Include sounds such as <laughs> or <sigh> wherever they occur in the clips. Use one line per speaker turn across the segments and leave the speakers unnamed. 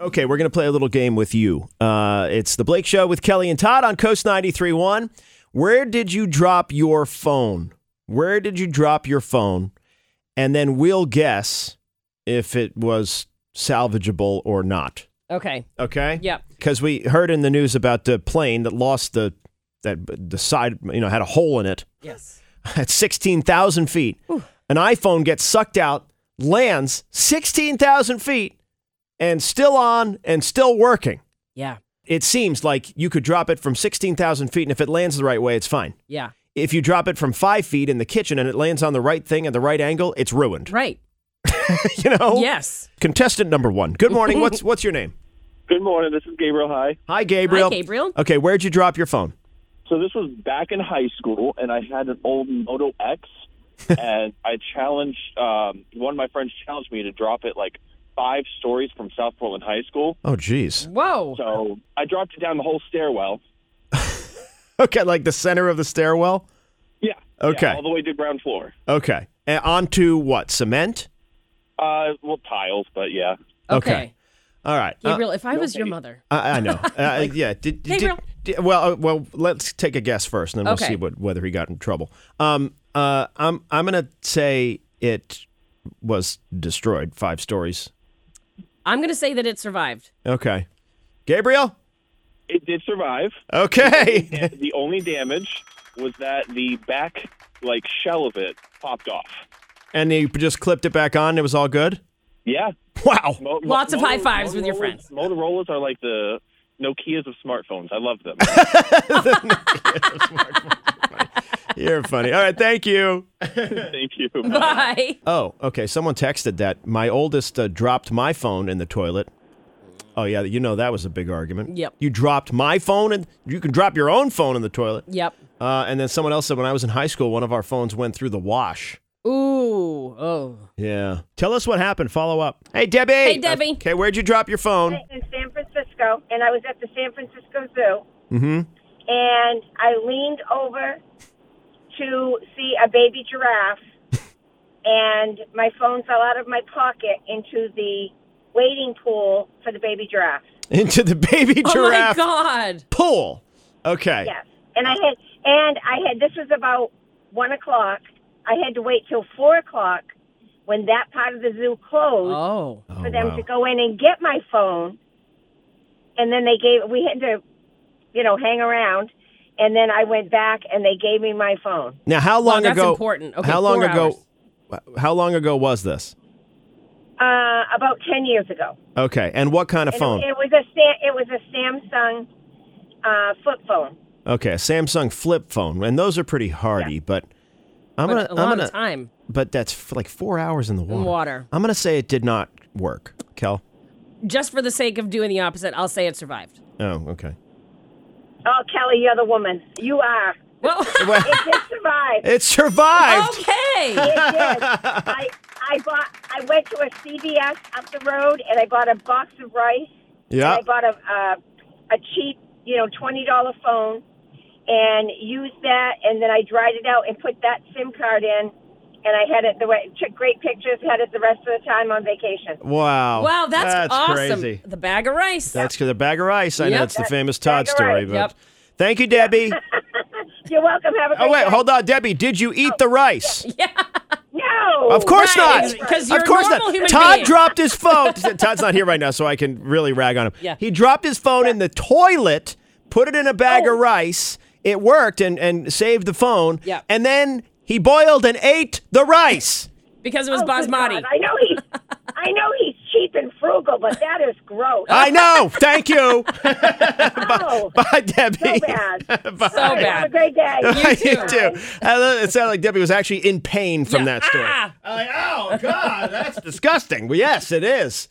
Okay, we're going to play a little game with you. Uh, it's the Blake Show with Kelly and Todd on Coast 93.1. Where did you drop your phone? Where did you drop your phone? And then we'll guess if it was salvageable or not.
Okay.
Okay?
Yep.
Because we heard in the news about the plane that lost the that the side, you know, had a hole in it
Yes.
at 16,000 feet. An iPhone gets sucked out, lands 16,000 feet, and still on and still working.
Yeah.
It seems like you could drop it from 16,000 feet, and if it lands the right way, it's fine.
Yeah.
If you drop it from five feet in the kitchen and it lands on the right thing at the right angle, it's ruined. <laughs>
Right.
you know?
Yes.
Contestant number one. Good morning. <laughs> what's what's your name?
Good morning. This is Gabriel. Hi.
Hi, Gabriel.
Gabriel.
Okay, where'd you drop your phone?
So this was back in high school, and I had an old Moto X, and I challenged um, one of my friends challenged me to drop it like five stories from South Portland High School.
Oh, geez. <laughs>
Whoa.
So I dropped it down the whole stairwell.
Okay, like the center of the stairwell.
Yeah.
Okay.
yeah, all the way to ground floor.
Okay, and onto what? Cement.
Uh, well, tiles, but yeah.
Okay. All right. Uh,
Gabriel, if I was your
okay.
mother,
I, I
<laughs>
know. Uh, yeah. Did, did,
Gabriel.
did- well, uh, well, let's take a guess first, and then we'll
Okay.
see what whether he got in trouble. Um, uh, I'm I'm gonna say it was destroyed five stories.
I'm going to say that it survived.
Okay, Gabriel.
It did survive.
Okay. <laughs>
And <laughs> the only damage was that the back like shell of it popped off.
and you just clipped it back on. It was all good.
Yeah.
Wow.
Mo- mo-
Lots of
Motorola-
high fives with your friends.
Motorola's are like the Nokia's of smartphones. I love
<laughs>
them.
You're funny. All right. Thank you.
Thank you.
Bye.
Oh, okay. Someone texted that my oldest uh, dropped my phone in the toilet. Oh yeah, you know that was a big argument.
Yep.
You dropped my phone, and you can drop your own phone in the toilet.
Yep.
Uh, and then someone else said when I was in high school, one of our phones went through the wash.
Ooh. Oh.
Yeah. Tell us what happened. Follow up. Hey Debbie. Hey
Debbie.
Okay, where'd you drop your phone?
in San Francisco, and I was at the San Francisco Zoo,
Mm-hmm.
and I leaned over to see a baby giraffe, and my phone fell out of my pocket into the wading pool for the baby giraffe.
Into the baby
<laughs> Oh my
<laughs> giraffe
God.
pool. Okay.
Yes, and I had, and I had. This was about one o'clock. I had to wait till four o'clock when that part of the zoo closed.
Oh.
Oh,
for them
wow.
to go in and get my phone. And then they gave we had to, you know, hang around. And then I went back and they gave me my phone.
Now, how long
that's
ago?
important. Okay,
how long
four
ago? How long ago was this?
Uh, about ten years ago.
Okay. And what kind of
And
phone?
It, it was a Sa- it was a Samsung uh, flip phone.
Okay, a Samsung flip phone, and those are pretty hardy, but I'm
But
gonna,
a
I'm
lot
gonna,
of time.
but that's f- like four hours in the water.
water.
I'm gonna say it did not work, Kel.
Just for the sake of doing the opposite, I'll say it survived.
Oh, okay.
Oh, Kelly, you're the woman. You are.
<laughs>
Well,
Well,
It did survive.
it survived.
okay.
It
<laughs>
did. I I bought. I went to a CVS up the road and I bought a box of rice.
Oh,
Yeah.
And I bought a uh, a cheap, you know, twenty dollar phone, and used that, and then I dried it out and put that SIM card in, and I had it the way took great pictures, had it the rest of the time on vacation.
Wow.
Wow, that's, awesome.
crazy.
The bag of rice.
That's because the bag of rice. I know
Yep.
it's the
That
famous Todd
bag of
story,
rice.
but
Yep.
thank you,
<laughs>
Debbie.
You're welcome. Have a great
oh wait,
day.
hold on, Debbie. Did you eat the
<laughs>
rice?
No,
Of course
Right,
not.
'cause you're
of course
a normal
not.
human
Todd
being.
dropped
<laughs>
his phone. Todd's not here right now, so I can really rag on him.
Yeah.
He dropped his phone in the toilet, put it in a bag
Oh.
of rice. It worked and, and saved the phone.
Yeah.
And then he boiled and ate the
<laughs>
rice.
because it was
Oh, good
basmati.
God. I know he's, I know he's cheap and frugal, but that is gross.
I know. Thank you.
oh,
Bye, Debbie. <laughs>
so bad.
Bye.
So
All right, Have a
bad.
great day.
<laughs> You
too.
too. I love- It sounded like Debbie was actually in pain from
Yeah.
that story.
Ah!
I'm like, oh god, that's <laughs> disgusting. Well, yes, it is.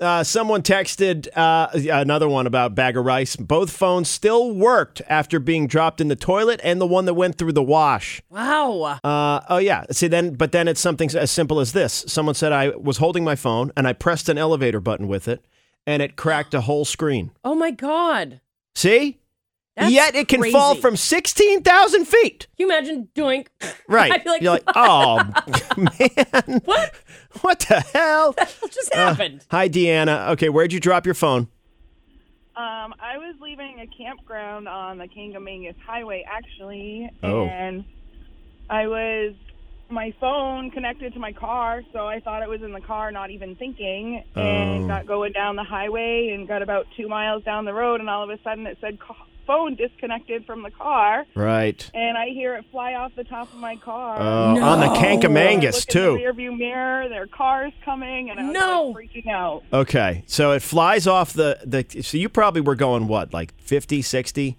Uh, someone texted uh, another one about bag of rice. Both phones still worked after being dropped in the toilet, and the one that went through the wash.
Wow.
Uh, oh yeah. See then, but then it's something as simple as this. Someone said I was holding my phone and I pressed an elevator button with it, and it cracked a whole screen.
Oh my Oh God.
See,
That's
Yet it can
crazy.
fall from 16,000 feet.
Can you imagine doink?
Right.
<laughs> I'd be like,
You're like, oh, man,
what?
what the hell?
What
uh,
just happened?
Hi, Deanna. Okay, where'd you drop your phone?
Um, I was leaving a campground on the Kangamangas Highway, actually,
Oh.
and I was my phone connected to my car, so I thought it was in the car, not even thinking, and
Oh.
got going down the highway and got about two miles down the road, and all of a sudden it said ca- phone disconnected from the car,
Right.
and I hear it fly off the top of my car.
Oh, On the
No.
I
Kankamangas,
look in the
too.
rearview mirror, there are cars coming, and I was
No.
like, freaking out.
Okay, so it flies off the, the. So you probably were going, what, like 50, 60?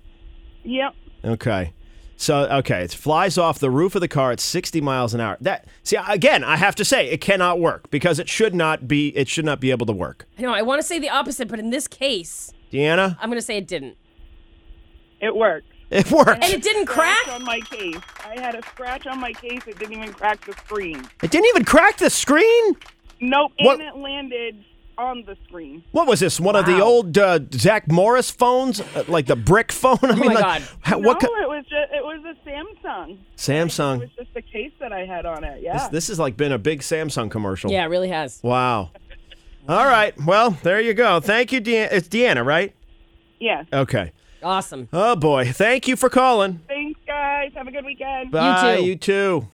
Yep.
Okay. So okay, it flies off the roof of the car at 60 miles an hour. That see again, I have to say it cannot work because it should not be it should not be able to work.
I know. I want to say the opposite, but in this case,
Deanna,
I'm going to say it didn't.
It worked.
it worked.
And it didn't
scratch
crack?
<laughs> on my case. I had a scratch on my case. It didn't even crack the screen.
It didn't even crack the screen.
Nope,
What-
and it landed on the screen.
What was this? One of the
Wow.
old uh, Zach Morris phones, Uh, like the brick phone. <laughs> I mean,
Oh my
like,
God.
how- what?
no,
co-
it was just it was a Samsung. It
Samsung.
was just the case that I had on it. Yeah.
This, this has like been a big Samsung commercial.
Yeah, it really has.
Wow. All right. Well, there you go. Thank you, Deanna. It's Deanna, right?
yeah.
Okay.
Awesome.
Oh boy. Thank you for calling.
Thanks, guys. Have a good weekend.
Bye.
too.
You too.